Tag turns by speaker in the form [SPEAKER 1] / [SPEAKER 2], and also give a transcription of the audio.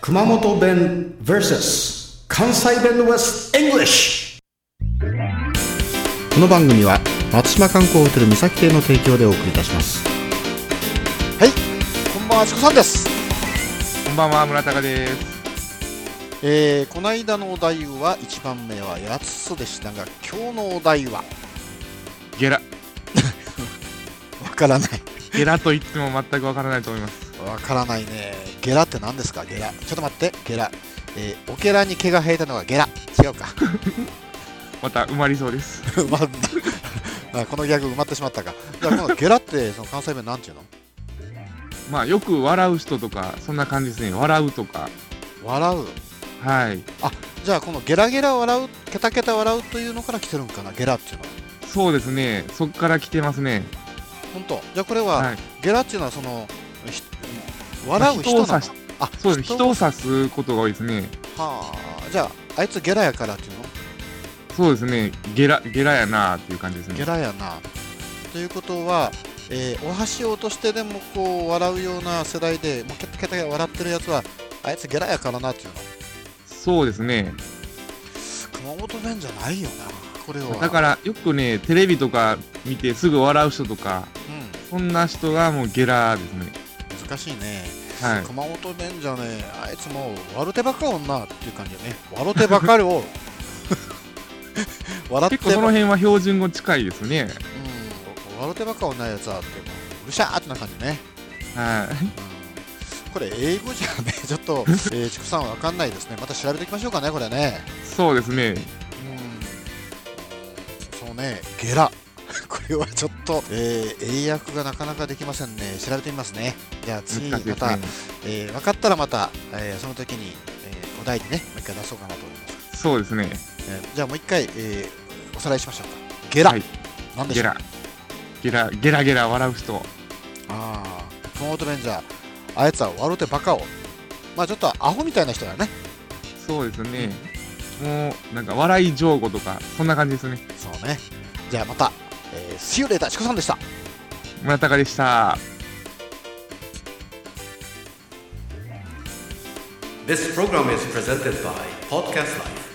[SPEAKER 1] 熊本弁 VS 関西弁 West English この番組は松島観光ホテル三崎邸の提供でお送りいたします
[SPEAKER 2] はい、こんばんは、あちこさんです。
[SPEAKER 3] こんばんは、村高です。
[SPEAKER 2] えー、この間のお題は、一番目はやつそでしたが、今日のお題は、
[SPEAKER 3] ゲラ、
[SPEAKER 2] わからない。
[SPEAKER 3] ゲラと言っても全くわからないと思います。
[SPEAKER 2] わからないね。ゲラって何ですか、ゲラ。ちょっと待って、ゲラ。えー、おけらに毛が生えたのがゲラ。違うか。
[SPEAKER 3] また埋まりそうです。
[SPEAKER 2] 埋まった。あ このギャグ埋まってしまったか。じゃあ、このゲラって、その関西弁なんていうの
[SPEAKER 3] まあ、よく笑う人とか、そんな感じですね。笑うとか。
[SPEAKER 2] 笑う。
[SPEAKER 3] はい。
[SPEAKER 2] じゃあ、このゲラゲラ笑う、ケタケタ笑うというのから来てるんかな、ゲラっていうのは。
[SPEAKER 3] そうですね。そっから来てますね。
[SPEAKER 2] 本当。じゃあ、これは、
[SPEAKER 3] はい。
[SPEAKER 2] ゲラっていうのは、その、ひ笑う人なの
[SPEAKER 3] まあ人を指し
[SPEAKER 2] あ
[SPEAKER 3] そうです。人を指すことが多いですね。
[SPEAKER 2] はあじゃああいつゲラやからっていうの、
[SPEAKER 3] そうですね。ゲラ、ゲラやなあっていう感じです
[SPEAKER 2] ゲ
[SPEAKER 3] ね。
[SPEAKER 2] ラやなということは、えーお箸を落としてでもこう笑うような世代でもうケタケタ笑ってるやつはあいつゲラやからなっていうの
[SPEAKER 3] そうですね。
[SPEAKER 2] 熊本弁じゃないよなこれは、
[SPEAKER 3] だからら、よくね、テレビとか見てすぐ笑う人とか、
[SPEAKER 2] う
[SPEAKER 3] そんな人がもうゲラですね。
[SPEAKER 2] ん、難しいね、
[SPEAKER 3] はい。
[SPEAKER 2] 熊本弁じゃねあいつもう笑てばっか女っていう感じよね笑てばかり を笑って
[SPEAKER 3] 結構その
[SPEAKER 2] ば
[SPEAKER 3] 辺は標準語近いですね。
[SPEAKER 2] うん笑てばっか女やつはってもううるしゃーってな感じね
[SPEAKER 3] はい。
[SPEAKER 2] これ英語じゃね、 ちょっと、えー、畜産わかんないですね。また調べていきましょうかね、これね。
[SPEAKER 3] そうですね。
[SPEAKER 2] うん。そうね、ゲラ。 これはちょっと、えー英訳がなかなかできませんね。調べてみますね。じゃあ次、ま
[SPEAKER 3] 難しいです
[SPEAKER 2] た、
[SPEAKER 3] ね。
[SPEAKER 2] えー分かったらまた、えーその時に、えーお題にね、もう一回出そうかなと思います。
[SPEAKER 3] そうですね。
[SPEAKER 2] えーじゃあもう一回、えーおさらいしましょうか。ゲラ。
[SPEAKER 3] はい
[SPEAKER 2] なんでし
[SPEAKER 3] ゲ
[SPEAKER 2] ょう
[SPEAKER 3] ラ。ゲラ、ゲラゲラ笑う人。
[SPEAKER 2] ああ、熊本弁じゃ、あいつは笑うてバカを。まあちょっとアホみたいな人だね。
[SPEAKER 3] そうですね。もう、なんか笑い上手とか、そんな感じですね。
[SPEAKER 2] そうね。じゃあまた、えー、See you later! チコさんでした。
[SPEAKER 3] 村高でした。
[SPEAKER 4] This program is presented by Podcast Life.